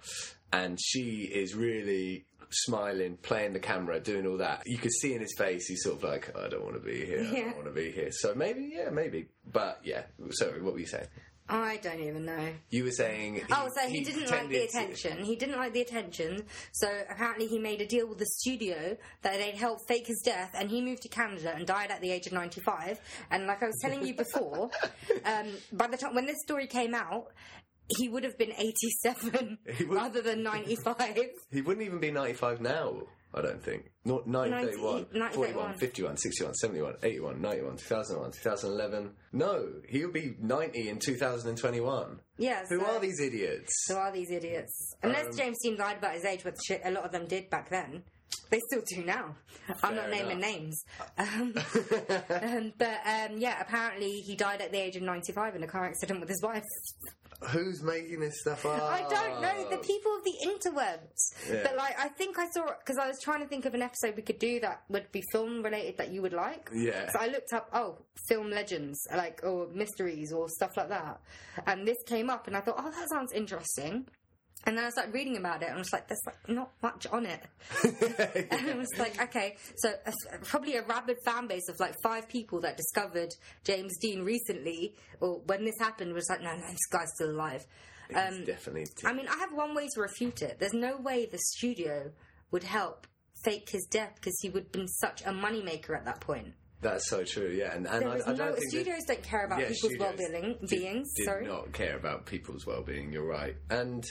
Speaker 1: and she is really smiling, playing the camera, doing all that. You could see in his face he's sort of like, I don't want to be here. I
Speaker 2: Yeah.
Speaker 1: don't want to be here. So maybe, yeah, maybe. But yeah, sorry, what were you saying?
Speaker 2: I don't even know.
Speaker 1: You were saying. He,
Speaker 2: Oh, so he, didn't like the
Speaker 1: pretended to-
Speaker 2: attention. He didn't like the attention. So apparently he made a deal with the studio that they'd help fake his death, and he moved to Canada and died at the age of ninety-five. And like I was telling you before, um, by the time when this story came out. He would have been 87
Speaker 1: would-
Speaker 2: rather than 95.
Speaker 1: He wouldn't even be 95 now, I don't think. Not 91,
Speaker 2: 90,
Speaker 1: 41, 51, 61, 71, 81, 91, 2001, 2011. No, he'll be 90 in 2021.
Speaker 2: Yes.
Speaker 1: Who are these idiots?
Speaker 2: Who are these idiots?
Speaker 1: Um,
Speaker 2: Unless James Dean lied about his age, which shit a lot of them did back then. They still do now. I'm not
Speaker 1: Fair
Speaker 2: naming
Speaker 1: enough.
Speaker 2: names. Um, um, but um, yeah, apparently he died at the age of 95 in a car accident with his wife.
Speaker 1: Who's making this stuff up?
Speaker 2: I don't know. The people of the interwebs.
Speaker 1: Oh. Yeah.
Speaker 2: But like, I think I saw, because I was trying to think of an episode we could do that would be film related that you would like.
Speaker 1: Yeah.
Speaker 2: So I looked up, oh, film legends, like, or mysteries or stuff like that. And this came up and I thought, oh, that sounds interesting. And then I started reading about it and I was like, there's like not much on it. And I was like, okay, so a, probably a rabid fan base of like five people that discovered James Dean recently, or when this happened, was like, no, no, this guy's still alive. Um,
Speaker 1: Definitely.
Speaker 2: I mean, I have one way to refute it. There's no way the studio would help fake his death because he would have been such a moneymaker at that point.
Speaker 1: That's so true. Yeah, and, and
Speaker 2: There
Speaker 1: I,
Speaker 2: was
Speaker 1: I don't
Speaker 2: no
Speaker 1: think that-
Speaker 2: studios don't care about
Speaker 1: yeah,
Speaker 2: people's well
Speaker 1: studios
Speaker 2: being
Speaker 1: did-
Speaker 2: beings.
Speaker 1: did
Speaker 2: sorry,
Speaker 1: not care about people's well-being. You're right. And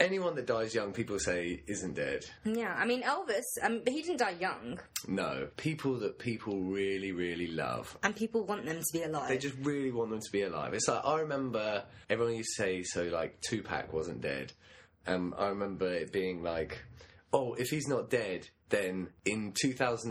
Speaker 1: anyone that dies young, people say isn't dead.
Speaker 2: yeah. I mean Elvis, um, but he didn't die young,
Speaker 1: No, people that people really, really love.
Speaker 2: and people want them to be
Speaker 1: They
Speaker 2: alive.
Speaker 1: just really want them to be alive. It's like I remember everyone used to say so. Like Tupac wasn't dead. Um, I remember it being like, oh, if he's not dead, then in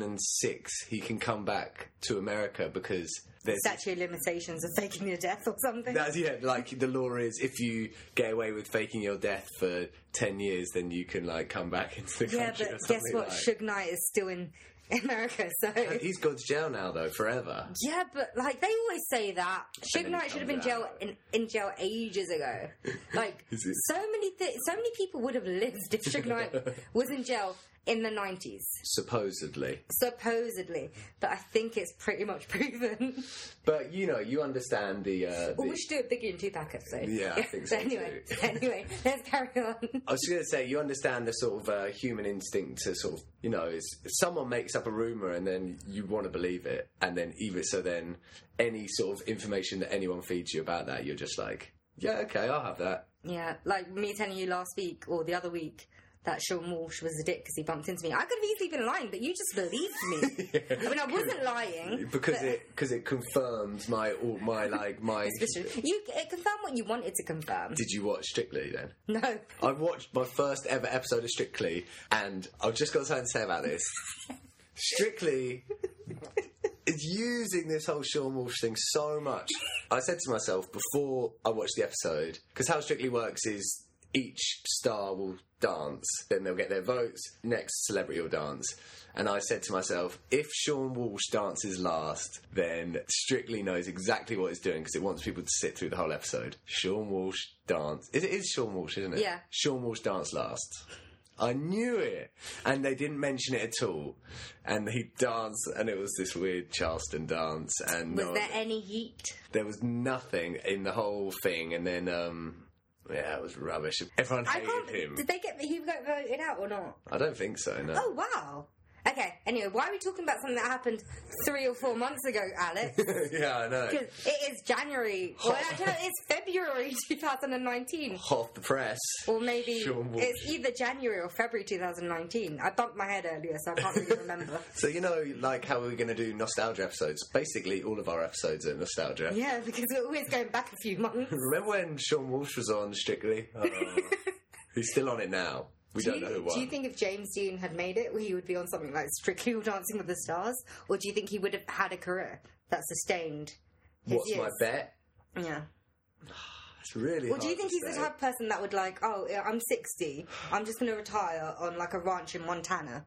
Speaker 1: 2006 he can come back to America because there's
Speaker 2: Statute of limitations of faking your death or something.
Speaker 1: That's yeah. Like the law is, if you get away with faking your death for ten years, then you can like come back into the
Speaker 2: yeah,
Speaker 1: country.
Speaker 2: but
Speaker 1: or
Speaker 2: guess
Speaker 1: something
Speaker 2: what?
Speaker 1: Like.
Speaker 2: Suge Knight is still in America, so
Speaker 1: He's gone to jail now though, forever.
Speaker 2: Yeah, but like they always say that Suge
Speaker 1: then he
Speaker 2: Knight should have been
Speaker 1: comes
Speaker 2: jail
Speaker 1: out.
Speaker 2: in, in jail ages ago. Like
Speaker 1: Is it-
Speaker 2: so many th- so many people would have lived if Suge Knight was in jail in the nineties,
Speaker 1: Supposedly,
Speaker 2: supposedly. But I think it's pretty much proven.
Speaker 1: but you know, you understand the. Uh,
Speaker 2: well,
Speaker 1: the
Speaker 2: we should do a Biggie and Tupac episode.
Speaker 1: Yeah, I think so
Speaker 2: anyway,
Speaker 1: too.
Speaker 2: anyway, let's carry on.
Speaker 1: I was going to say, you understand the sort of uh, human instinct to sort of, you know, is if someone makes up a rumor and then you want to believe it, and then even so, then any sort of information that anyone feeds you about that, you're just like, yeah, okay, I'll have that.
Speaker 2: Yeah, like me telling you last week or the other week that Sean Walsh was a dick because he bumped into me. I could have easily been lying, but you just believed me. I mean, I wasn't lying.
Speaker 1: because
Speaker 2: but-
Speaker 1: it because it confirms my all my like my.
Speaker 2: You it confirmed what you wanted to confirm.
Speaker 1: Did you watch Strictly then?
Speaker 2: no,
Speaker 1: I've watched my first ever episode of Strictly, and I've just got something to say about this. Strictly is using this whole Sean Walsh thing so much. I said to myself before I watched the episode, because how Strictly works is each star will dance, then they'll get their votes, next celebrity will dance. And I said to myself, if Sean Walsh dances last, then Strictly knows exactly what it's doing because it wants people to sit through the whole episode. Sean Walsh dance. It is Sean Walsh, isn't it?
Speaker 2: Yeah.
Speaker 1: Sean Walsh dance last. I knew it. And they didn't mention it at all. And he danced, and it was this weird Charleston dance. And
Speaker 2: was
Speaker 1: no-
Speaker 2: there any heat?
Speaker 1: there was nothing in the whole thing. And then, um, yeah, it was rubbish. Everyone
Speaker 2: I
Speaker 1: hated
Speaker 2: can't.
Speaker 1: him.
Speaker 2: Did they get he got voted out or not?
Speaker 1: I don't think so, no.
Speaker 2: Oh wow. Okay. Anyway, why are we talking about something that happened three or four months ago, Alex?
Speaker 1: yeah, I know.
Speaker 2: 'Cause it is January. Well, actually, it's February 2019.
Speaker 1: Hot the press.
Speaker 2: Or maybe
Speaker 1: Sean Walsh.
Speaker 2: it's either January or February 2019. I bumped my head earlier, so I can't really remember.
Speaker 1: So, you know, like how we're going to do nostalgia episodes. Basically, all of our episodes are nostalgia.
Speaker 2: Yeah, because we're always going back a few months.
Speaker 1: Remember when Sean Walsh was on Strictly? Oh, he's still on it now. We
Speaker 2: Do
Speaker 1: not
Speaker 2: you,
Speaker 1: know who
Speaker 2: do
Speaker 1: won.
Speaker 2: you think if James Dean had made it, he would be on something like Strictly or Dancing with the Stars, or do you think he would have had a career that sustained? his
Speaker 1: What's my
Speaker 2: years?
Speaker 1: bet?
Speaker 2: Yeah.
Speaker 1: It's really.
Speaker 2: Well, do you
Speaker 1: hard
Speaker 2: think
Speaker 1: to
Speaker 2: he's the
Speaker 1: say.
Speaker 2: type of person that would like, oh, yeah, I'm 60, I'm just going to retire on like a ranch in Montana?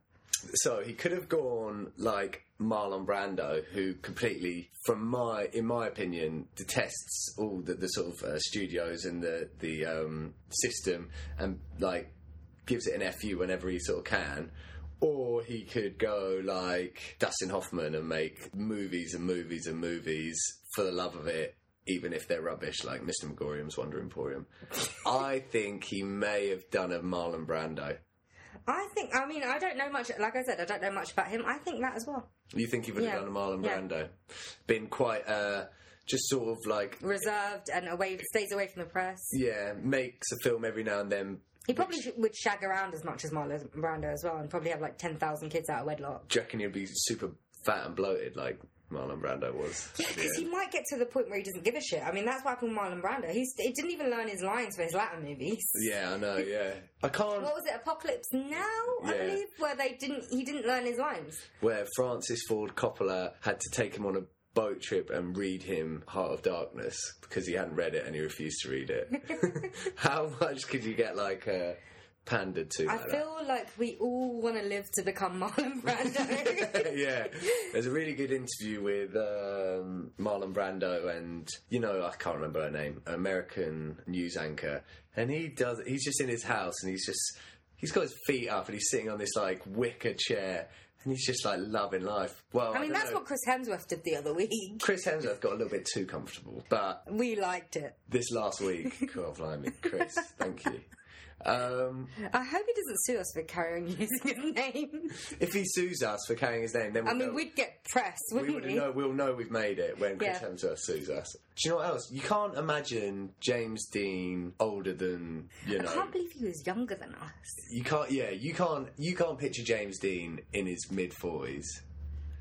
Speaker 1: So he could have gone like Marlon Brando, who completely, from my, in my opinion, detests all the, the sort of uh, studios and the the um, system, and like gives it an fu whenever he sort of can. Or he could go like Dustin Hoffman and make movies and movies and movies for the love of it, even if they're rubbish, like Mr. Megorium's Wonder Emporium. I think he may have done a Marlon Brando.
Speaker 2: I think. I mean, I don't know much. Like I said, I don't know much about him. I think that as well.
Speaker 1: You think he would
Speaker 2: Yeah.
Speaker 1: have done a Marlon
Speaker 2: Yeah.
Speaker 1: Brando? Been quite, uh, just sort of like,
Speaker 2: Reserved and away, stays away from the press.
Speaker 1: yeah, makes a film every now and then.
Speaker 2: He probably sh- would shag around as much as Marlon Brando as well, and probably have like 10,000 kids out of wedlock.
Speaker 1: Do you reckon he'd be super fat and bloated like Marlon Brando was?
Speaker 2: Yeah, because he might get to the point where he doesn't give a shit. I mean, that's what happened with Marlon Brando. He's, he didn't even learn his lines for his latter movies.
Speaker 1: Yeah, I know, yeah. I can't.
Speaker 2: What was it, Apocalypse Now? I
Speaker 1: Yeah.
Speaker 2: believe where they didn't he didn't learn his lines.
Speaker 1: Where Francis Ford Coppola had to take him on a boat trip and read him Heart of Darkness because he hadn't read it and he refused to read it. How much could you get like uh, pandered to?
Speaker 2: I
Speaker 1: like that?
Speaker 2: feel like we all want to live to become Marlon Brando.
Speaker 1: yeah, there's a really good interview with um, Marlon Brando and you know I can't remember her name, an American news anchor, and he does. He's just in his house and he's just he's got his feet up and he's sitting on this like wicker chair and he's just like loving life. Well,
Speaker 2: I mean,
Speaker 1: don't
Speaker 2: that's
Speaker 1: know.
Speaker 2: what Chris Hemsworth did the other week.
Speaker 1: Chris Hemsworth got a little bit too comfortable, but
Speaker 2: We liked it.
Speaker 1: this last week, God blimey, Chris, thank you. Um,
Speaker 2: I hope he doesn't sue us for carrying using his name.
Speaker 1: if he sues us for carrying his name, then
Speaker 2: I
Speaker 1: we'll
Speaker 2: mean,
Speaker 1: know-
Speaker 2: we'd get press,
Speaker 1: we
Speaker 2: wouldn't
Speaker 1: would
Speaker 2: we?
Speaker 1: know. We'll know we've made it when Chris
Speaker 2: Yeah.
Speaker 1: Hemsworth sues us. Do you know what else? You can't imagine James Dean older than you know.
Speaker 2: I can't believe he was younger than us.
Speaker 1: you can't. Yeah, you can't. You can't picture James Dean in his mid forties.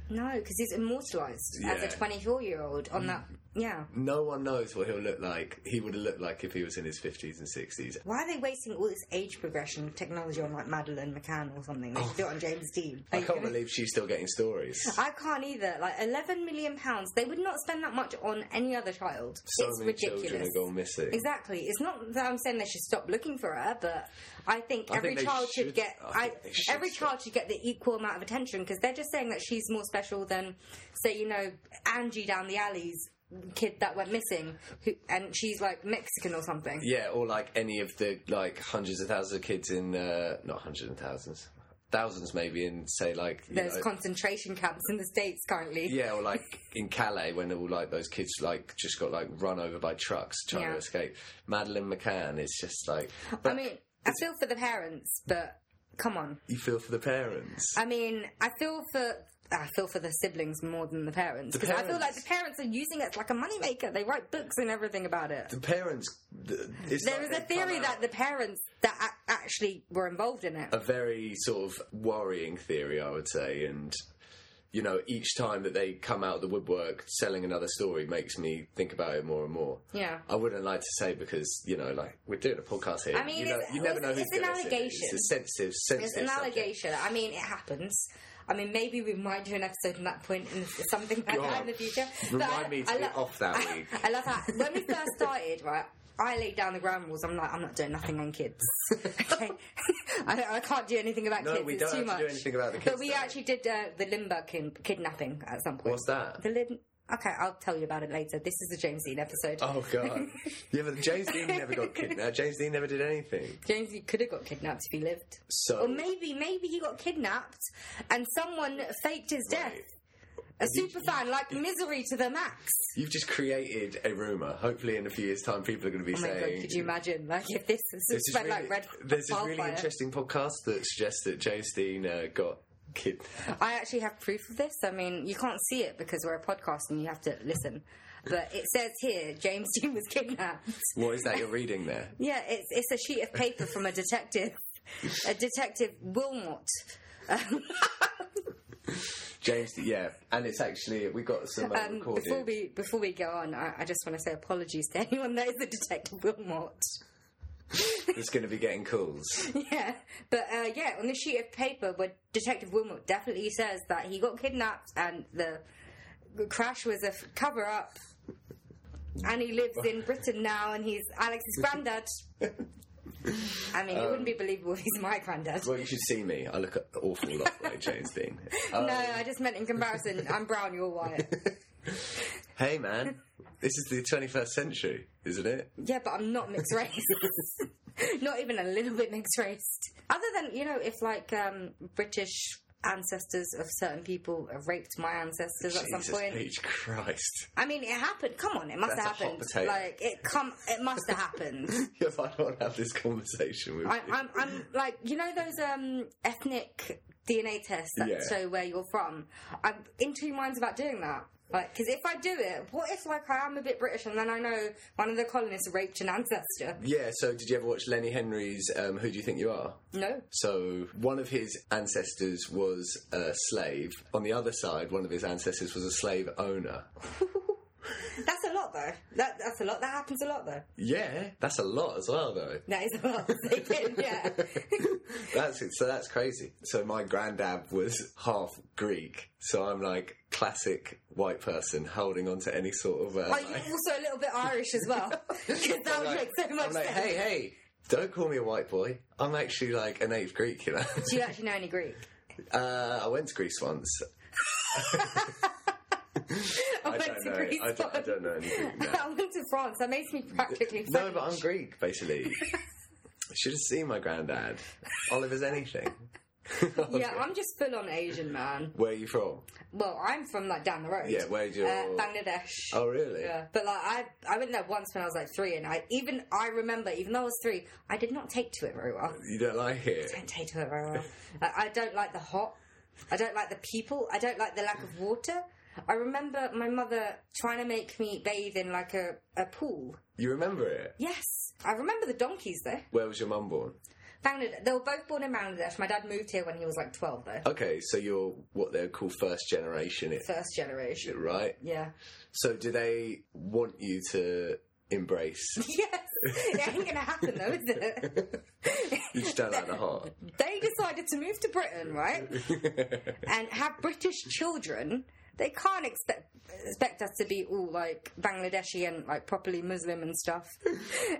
Speaker 2: No, because he's immortalised as
Speaker 1: Yeah. Mm.
Speaker 2: a 24 year old on that. Yeah.
Speaker 1: No one knows what he'll look like. He would have looked like if he was in his fifties and sixties.
Speaker 2: Why are they wasting all this age progression technology on like Madeline McCann or something? They should do it on James Dean. Are
Speaker 1: I
Speaker 2: you
Speaker 1: can't
Speaker 2: gonna-
Speaker 1: believe she's still getting stories.
Speaker 2: I can't either. Like eleven million pounds, they would not spend that much on any other child.
Speaker 1: So
Speaker 2: it's
Speaker 1: many children
Speaker 2: ridiculous.
Speaker 1: have gone missing.
Speaker 2: Exactly. It's not that I'm saying they should stop looking for her, but I think
Speaker 1: I think
Speaker 2: every
Speaker 1: they
Speaker 2: child should,
Speaker 1: should-
Speaker 2: get
Speaker 1: I
Speaker 2: I,
Speaker 1: think they should
Speaker 2: every
Speaker 1: stop.
Speaker 2: child should get the equal amount of attention because they're just saying that she's more special than, say, you know, Angie down the alley's kid that went missing, who, and she's like Mexican or something.
Speaker 1: Yeah, or like any of the like hundreds of thousands of kids in uh, not hundreds and thousands, thousands maybe in say like you
Speaker 2: There's
Speaker 1: know-
Speaker 2: concentration camps in the states currently.
Speaker 1: yeah, or like in Calais when all like those kids like just got like run over by trucks trying to
Speaker 2: Yeah.
Speaker 1: escape. Madeline McCann is just like
Speaker 2: I mean, I feel for the parents, but come on.
Speaker 1: you feel for the parents.
Speaker 2: I mean, I feel for I feel for the siblings more than the parents because I feel like
Speaker 1: parents.
Speaker 2: the parents are using it like a moneymaker. They write books and everything about it.
Speaker 1: the parents. th- It's
Speaker 2: There
Speaker 1: like
Speaker 2: is a
Speaker 1: they've come
Speaker 2: theory
Speaker 1: out-
Speaker 2: that the parents that a- actually were involved in it.
Speaker 1: a very sort of worrying theory, I would say, and you know, each time that they come out of the woodwork selling another story makes me think about it more and more.
Speaker 2: Yeah.
Speaker 1: I wouldn't like to say because you know, like we're doing a podcast here.
Speaker 2: I mean,
Speaker 1: you, know,
Speaker 2: it's-
Speaker 1: you never know
Speaker 2: it's-
Speaker 1: who's
Speaker 2: it's an
Speaker 1: gonna listen.
Speaker 2: allegation.
Speaker 1: It's a sensitive, sensitive.
Speaker 2: It's an
Speaker 1: subject.
Speaker 2: allegation. I mean, it happens. I mean, maybe we might do an episode on that point and something like that in the future.
Speaker 1: Remind
Speaker 2: I-
Speaker 1: me to
Speaker 2: I
Speaker 1: be off that week.
Speaker 2: I love that. When we first started, right, I laid down the ground rules. I'm like, I'm not doing nothing on kids. Okay, I, don't, I can't do anything about
Speaker 1: No,
Speaker 2: kids.
Speaker 1: we
Speaker 2: it's
Speaker 1: don't
Speaker 2: too
Speaker 1: have
Speaker 2: much.
Speaker 1: to do anything about the kids.
Speaker 2: But we
Speaker 1: though.
Speaker 2: actually did uh, the Limburg kid- kidnapping at some point.
Speaker 1: What's that?
Speaker 2: The Lin- Okay, I'll tell you about it later. This is the James Dean episode.
Speaker 1: Oh god. yeah, but James Dean never got kidnapped. James Dean never did anything.
Speaker 2: James Dean could have got kidnapped if he lived.
Speaker 1: So
Speaker 2: Or maybe, maybe he got kidnapped and someone faked his death. A
Speaker 1: you-
Speaker 2: super fan like Misery to the max.
Speaker 1: you've just created a rumor. Hopefully, in a few years' time, people are going to be
Speaker 2: Oh my
Speaker 1: saying.
Speaker 2: god, could you imagine? Like if this is
Speaker 1: There's this
Speaker 2: spread
Speaker 1: really,
Speaker 2: like red
Speaker 1: there's this really
Speaker 2: wildfire.
Speaker 1: interesting podcast that suggests that James Dean uh, got kidnapped.
Speaker 2: I actually have proof of this. I mean, you can't see it because we're a podcast and you have to listen. But it says here James Dean was kidnapped.
Speaker 1: What is that you're reading there?
Speaker 2: Yeah, it's it's a sheet of paper from a detective, a detective Wilmot. Um,
Speaker 1: James, Dean- yeah, and it's actually we got some uh,
Speaker 2: um,
Speaker 1: recorded.
Speaker 2: before we before we go on, I, I just want to say apologies to anyone that is a detective Wilmot.
Speaker 1: It's going to be getting calls.
Speaker 2: Yeah, but uh, yeah, on this sheet of paper, where Detective Wilmot definitely says that he got kidnapped and the crash was a f- cover up. And he lives in Britain now, and he's Alex's granddad. I mean, it wouldn't be believable if he's my granddad.
Speaker 1: Well, you should see me. I look an awful lot like James Dean. Um,
Speaker 2: Oh, No, I just meant in comparison. I'm brown, you're white.
Speaker 1: Hey, man, this is the 21st century, isn't it?
Speaker 2: Yeah, but I'm not mixed race. not even a little bit mixed raced. Other than, you know, if like um, British ancestors of certain people have raped my ancestors at
Speaker 1: Jesus
Speaker 2: some point.
Speaker 1: H. Christ.
Speaker 2: I mean, it happened. Come on, it must
Speaker 1: That's
Speaker 2: have
Speaker 1: a hot
Speaker 2: happened.
Speaker 1: potato.
Speaker 2: Like it come, it must have happened.
Speaker 1: If I don't have this conversation with
Speaker 2: I,
Speaker 1: you.
Speaker 2: I'm, I'm like, you know those um, ethnic DNA tests that
Speaker 1: Yeah.
Speaker 2: show where you're from. I'm in two minds about doing that. Like, because if I do it, what if like I am a bit British and then I know one of the colonists raped an ancestor?
Speaker 1: Yeah, so did you ever watch Lenny Henry's um, Who Do You Think You Are?
Speaker 2: No.
Speaker 1: So one of his ancestors was a slave. On the other side, one of his ancestors was a slave owner.
Speaker 2: That's a lot, though. That, that's a lot. That happens a lot, though.
Speaker 1: Yeah, that's a lot as well, though.
Speaker 2: That is a lot. yeah.
Speaker 1: That's it. So that's crazy. So my granddad was half Greek. So I'm like classic white person holding on to any sort of. Uh,
Speaker 2: Are you
Speaker 1: like-
Speaker 2: also a little bit Irish as well? Because that
Speaker 1: I'm
Speaker 2: would
Speaker 1: like-
Speaker 2: make so much
Speaker 1: I'm like,
Speaker 2: sense.
Speaker 1: hey, hey, don't call me a white boy. I'm actually like an eighth Greek, you know.
Speaker 2: Do you actually know any Greek?
Speaker 1: uh, I went to Greece once. I
Speaker 2: went
Speaker 1: don't
Speaker 2: to
Speaker 1: know.
Speaker 2: Greece
Speaker 1: I, don't, I don't know any Greek. No.
Speaker 2: I went to France. That makes me practically
Speaker 1: No,
Speaker 2: French.
Speaker 1: but I'm Greek, basically. Should have seen my granddad. Oliver's anything.
Speaker 2: Yeah, I'm just full on Asian, man.
Speaker 1: Where are you from?
Speaker 2: Well, I'm from like down the road.
Speaker 1: Yeah, where's your-
Speaker 2: uh, Bangladesh?
Speaker 1: Oh, really?
Speaker 2: Yeah, but like I, I went there once when I was like three, and I even I remember, even though I was three, I did not take to it very well.
Speaker 1: You don't like it?
Speaker 2: I don't take to it very well. I, I don't like the hot. I don't like the people. I don't like the lack of water. I remember my mother trying to make me bathe in like a, a pool.
Speaker 1: You remember it?
Speaker 2: Yes, I remember the donkeys though.
Speaker 1: Where was your mum born?
Speaker 2: Bangladesh. They were both born in Bangladesh. My dad moved here when he was like twelve though.
Speaker 1: Okay, so you're what they call first generation, it,
Speaker 2: First generation.
Speaker 1: right?
Speaker 2: Yeah.
Speaker 1: So do they want you to embrace?
Speaker 2: Yes. It ain't gonna happen though, is it?
Speaker 1: You just don't like the heart.
Speaker 2: they decided to move to Britain, right? and have British children. They can't expect expect us to be all like Bangladeshi and like properly Muslim and stuff.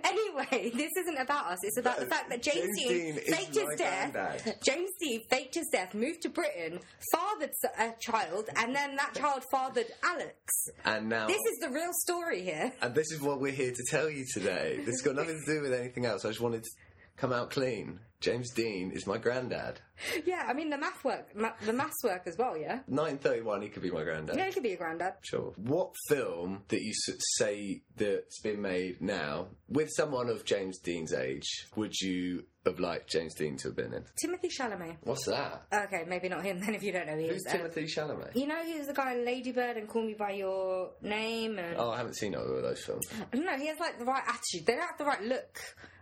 Speaker 2: anyway, this isn't about us. It's about the fact that James,
Speaker 1: James
Speaker 2: Dean
Speaker 1: Dean is
Speaker 2: faked his
Speaker 1: my
Speaker 2: death.
Speaker 1: granddad.
Speaker 2: James Dean faked his death, moved to Britain, fathered s- a child, and then that child fathered Alex.
Speaker 1: And now
Speaker 2: This is the real story here.
Speaker 1: And this is what we're here to tell you today. This has got nothing to do with anything else. I just wanted to come out clean. James Dean is my granddad.
Speaker 2: Yeah, I mean the math work, ma- the maths work as well. Yeah,
Speaker 1: 931, he could be my granddad.
Speaker 2: yeah, it could be a granddad.
Speaker 1: Sure. What film that you s- say that's been made now with someone of James Dean's age would you have liked James Dean to have been in?
Speaker 2: Timothy Chalamet.
Speaker 1: What's that?
Speaker 2: Okay, maybe not him then if you don't know who he
Speaker 1: Who's
Speaker 2: is. Um,
Speaker 1: Timothy Chalamet?
Speaker 2: You know he was the guy in Ladybird and Call Me By Your Name and
Speaker 1: Oh, I haven't seen either of those films.
Speaker 2: I don't know, he has like the right attitude. They don't have the right look.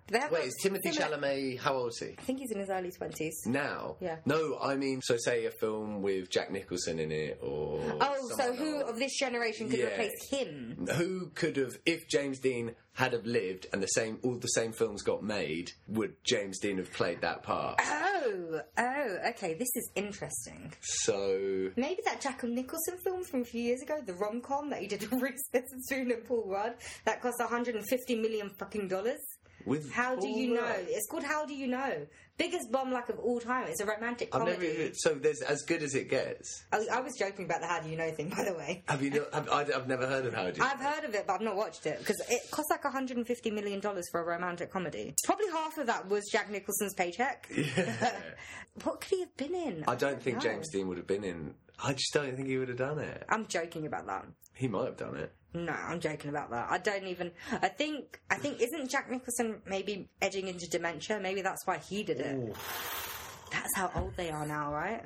Speaker 2: They have
Speaker 1: Wait,
Speaker 2: like,
Speaker 1: is Timothy
Speaker 2: similar-
Speaker 1: Chalamet Mm, how old is he?
Speaker 2: I think he's in his early twenties.
Speaker 1: Now?
Speaker 2: Yeah.
Speaker 1: No, I mean, so say a film with Jack Nicholson in it or.
Speaker 2: Oh, so
Speaker 1: someone
Speaker 2: who
Speaker 1: else.
Speaker 2: of this generation could
Speaker 1: Yeah.
Speaker 2: replace him?
Speaker 1: who could have if James Dean had have lived and the same all the same films got made would James Dean have played that part
Speaker 2: Oh, oh, okay, this is interesting.
Speaker 1: so
Speaker 2: Maybe that Jack Nicholson film from a few years ago, the rom com that he did with Reese Witherspoon and Paul Rudd, that cost 150 million fucking dollars.
Speaker 1: with
Speaker 2: How do
Speaker 1: Paul
Speaker 2: you know?
Speaker 1: Rudd-
Speaker 2: It's called How Do You Know? Biggest bomb lack of all time. It's a romantic
Speaker 1: I've
Speaker 2: comedy.
Speaker 1: never even- so there's as good as it gets
Speaker 2: I, I was joking about the How Do You Know thing, by the way.
Speaker 1: have you not, have, I, I've never heard of How Do You
Speaker 2: I've heard of it, but I've not watched it because it cost like 150 million dollars for a romantic comedy. Probably half of that was Jack Nicholson's paycheck. what could he have been in?
Speaker 1: I don't think
Speaker 2: know.
Speaker 1: James Dean would have been in I just don't think he would have done it
Speaker 2: I'm joking about that.
Speaker 1: he might have done it
Speaker 2: No, I'm joking about that. I don't even. I think. I think isn't Jack Nicholson maybe edging into dementia? Maybe that's why he did it. That's how old they are now, right?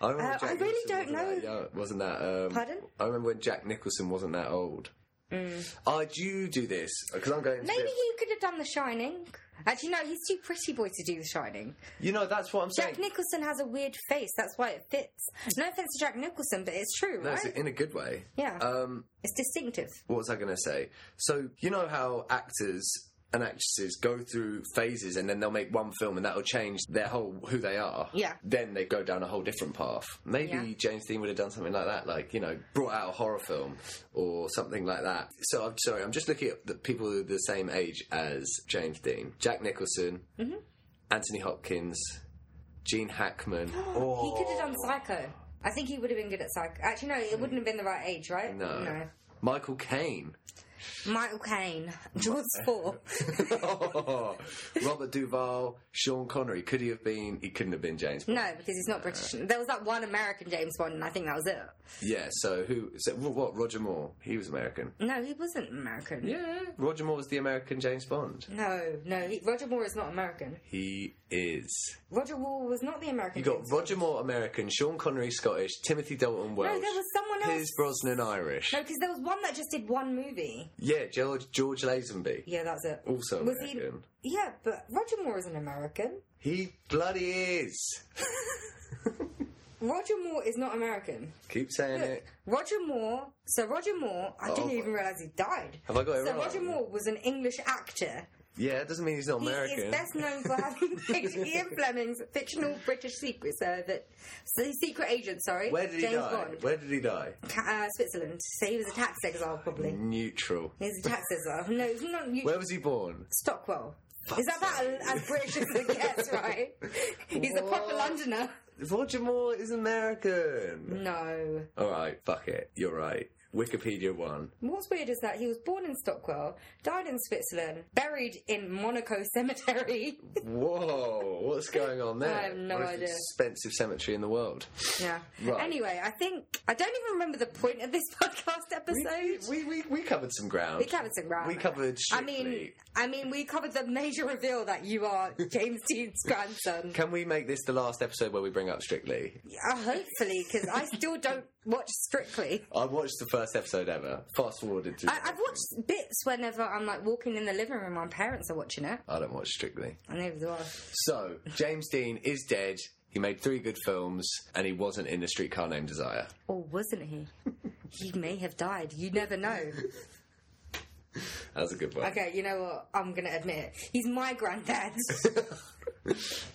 Speaker 1: I, remember
Speaker 2: Uh, I
Speaker 1: Jack
Speaker 2: really
Speaker 1: Nicholson
Speaker 2: don't
Speaker 1: wasn't That young, wasn't that? Um,
Speaker 2: Pardon? Mm.
Speaker 1: I remember when Jack Nicholson wasn't that old. I do do this because I'm going. to
Speaker 2: Maybe
Speaker 1: this.
Speaker 2: he could have done The Shining. Actually, no, he's too pretty boy to do The Shining.
Speaker 1: You know that's what I'm saying.
Speaker 2: Jack Nicholson has a weird face. That's why it fits. No offense to Jack Nicholson, but it's true,
Speaker 1: No,
Speaker 2: right?
Speaker 1: it's in a good way.
Speaker 2: Yeah.
Speaker 1: Um,
Speaker 2: It's distinctive.
Speaker 1: what was I going to say? So you know how actors and actresses go through phases, and then they'll make one film, and that'll change their whole who they are.
Speaker 2: Yeah.
Speaker 1: Then they go down a whole different path. Maybe
Speaker 2: Yeah.
Speaker 1: James Dean would have done something like that, like you know, brought out a horror film or something like that. So I'm sorry, I'm just looking at the people who are the same age as James Dean, Jack Nicholson,
Speaker 2: Mm-hmm.
Speaker 1: Anthony Hopkins, Gene Hackman.
Speaker 2: He could have done
Speaker 1: Oh.
Speaker 2: Psycho. I think he would have been good at Psycho. Actually, no, it wouldn't have been the right age, right?
Speaker 1: Hmm. No. Michael Caine.
Speaker 2: Michael Caine, Jaws 4.
Speaker 1: Robert Duvall, Sean Connery. Could he have been? He couldn't have been James Bond.
Speaker 2: no, because he's not British.
Speaker 1: Uh.
Speaker 2: There was that one American James Bond, and I think that was it.
Speaker 1: Yeah. So who? So wh- what? Roger Moore. He was American.
Speaker 2: No, he wasn't American.
Speaker 1: Yeah. Roger Moore was the American James Bond.
Speaker 2: No, no, he, Roger Moore is not American.
Speaker 1: He is.
Speaker 2: Roger Moore was not the American
Speaker 1: You got
Speaker 2: James
Speaker 1: Roger Moore American, Sean Connery Scottish, Timothy Dalton Welsh.
Speaker 2: there was someone else.
Speaker 1: Piers Brosnan Irish.
Speaker 2: No, because there was one that just did one movie.
Speaker 1: Yeah, George George Lazenby.
Speaker 2: Yeah, that's it.
Speaker 1: Also
Speaker 2: was
Speaker 1: American.
Speaker 2: he? Yeah, but Roger Moore is an American.
Speaker 1: He bloody is.
Speaker 2: Roger Moore is not American.
Speaker 1: Keep saying
Speaker 2: Look,
Speaker 1: it.
Speaker 2: Roger Moore. So Roger Moore, I
Speaker 1: Oh.
Speaker 2: didn't even realize he died.
Speaker 1: Have I got it
Speaker 2: So
Speaker 1: wrong?
Speaker 2: Roger Moore was an English actor.
Speaker 1: Yeah, that doesn't mean he's not American.
Speaker 2: He is best known for having played Ian Fleming's fictional British secret servant, so secret agent. Sorry,
Speaker 1: Where did he
Speaker 2: James
Speaker 1: die?
Speaker 2: Bond,
Speaker 1: Where did he die?
Speaker 2: Ca- uh, Switzerland. So he was a tax exile, probably.
Speaker 1: Neutral.
Speaker 2: He was a tax exile. No, he's not. You,
Speaker 1: Mm. Where was he born?
Speaker 2: Stockwell. Is that about as British as it gets, right? He's a proper
Speaker 1: What?
Speaker 2: Londoner.
Speaker 1: Roger Moore is American.
Speaker 2: No,
Speaker 1: All right, fuck it. You're right. Wikipedia one.
Speaker 2: What's weird is that he was born in Stockwell, died in Switzerland, buried in Monaco Cemetery.
Speaker 1: Whoa, what's going on there?
Speaker 2: I have no
Speaker 1: One of the
Speaker 2: idea.
Speaker 1: Expensive cemetery in the world.
Speaker 2: yeah.
Speaker 1: Right.
Speaker 2: Anyway, I think I don't even remember the point of this podcast episode.
Speaker 1: We, we, we covered some ground.
Speaker 2: We covered some ground.
Speaker 1: We covered
Speaker 2: I mean,
Speaker 1: strictly.
Speaker 2: I mean, we covered the major reveal that you are James Dean's grandson.
Speaker 1: Can we make this the last episode where we bring up Strictly?
Speaker 2: Uh, hopefully, because I still don't watch Strictly.
Speaker 1: I watched the first episode ever. Fast forwarded to.
Speaker 2: I, I've watched bits whenever I'm like walking in the living room. My parents are watching it,
Speaker 1: I don't watch Strictly.
Speaker 2: and they were.
Speaker 1: So James Dean is dead. He made three good films, and he wasn't in a streetcar named Desire.
Speaker 2: Or "Oh, wasn't he? he may have died. You never know.
Speaker 1: That was a good one.
Speaker 2: Okay, you know what? I'm gonna admit it. He's my granddad.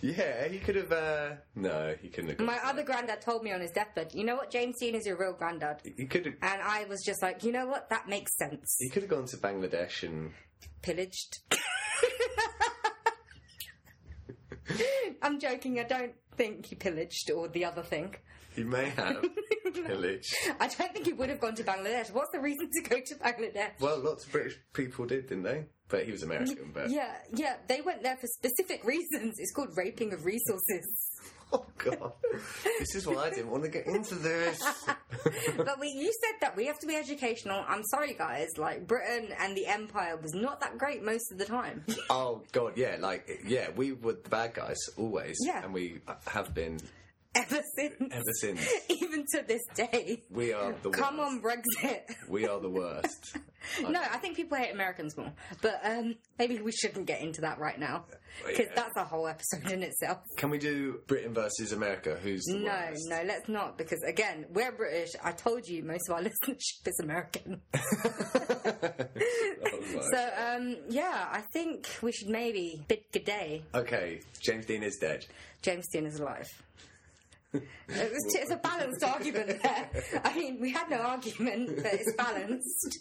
Speaker 1: Yeah, he could have. Uh, no, he couldn't have. Got
Speaker 2: my other granddad told me on his deathbed, you know what? James Dean is your real granddad.
Speaker 1: he could have.
Speaker 2: And I was just like, you know what? That makes sense.
Speaker 1: He could have gone to Bangladesh and
Speaker 2: pillaged. I'm joking. I don't think he pillaged or the other thing.
Speaker 1: he may have pillaged.
Speaker 2: I don't think he would have gone to Bangladesh. What's the reason to go to Bangladesh?
Speaker 1: Well, lots of British people did, didn't they? But he was American. But
Speaker 2: Yeah, yeah, they went there for specific reasons. It's called raping of resources.
Speaker 1: oh god, this is why I didn't want to get into this.
Speaker 2: but we, you said that we have to be educational. I'm sorry, guys. Like Britain and the Empire was not that great most of the time.
Speaker 1: oh god, yeah, like yeah, we were the bad guys always.
Speaker 2: Yeah.
Speaker 1: and we have been
Speaker 2: Ever since,
Speaker 1: ever since.
Speaker 2: even to this day.
Speaker 1: We are the
Speaker 2: Come
Speaker 1: worst.
Speaker 2: on, Brexit.
Speaker 1: We are the worst.
Speaker 2: No, I think people hate Americans more. But um, maybe we shouldn't get into that right now. Because
Speaker 1: Yeah.
Speaker 2: that's a whole episode in itself.
Speaker 1: Can we do Britain versus America? Who's the
Speaker 2: No,
Speaker 1: worst?
Speaker 2: no, let's not. Because again, we're British. I told you most of our listenership is American.
Speaker 1: Oh, my.
Speaker 2: So, um, yeah, I think we should maybe bid good day.
Speaker 1: okay, James Dean is dead.
Speaker 2: James Dean is alive. It was, it's a balanced argument there. I mean, we had no argument, but it's balanced.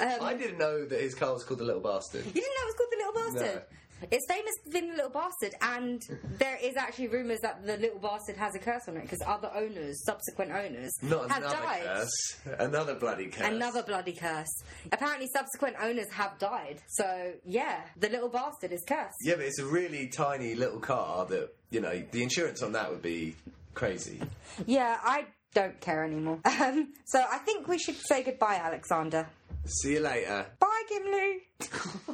Speaker 2: Um,
Speaker 1: I didn't know that his car was called the Little Bastard.
Speaker 2: You didn't know it was called The Little Bastard? It's famous for being The Little Bastard, and there is actually rumours that The Little Bastard has a curse on it because other owners, subsequent owners,
Speaker 1: Not
Speaker 2: have
Speaker 1: another
Speaker 2: died.
Speaker 1: curse. Another bloody curse.
Speaker 2: Another bloody curse. Apparently, subsequent owners have died. So, yeah, The Little Bastard is cursed.
Speaker 1: Yeah, but it's a really tiny little car that you know the insurance on that would be crazy.
Speaker 2: Yeah, I don't care anymore. Um, so, I think we should say goodbye, Alexander.
Speaker 1: See you later.
Speaker 2: Bye, Gimli.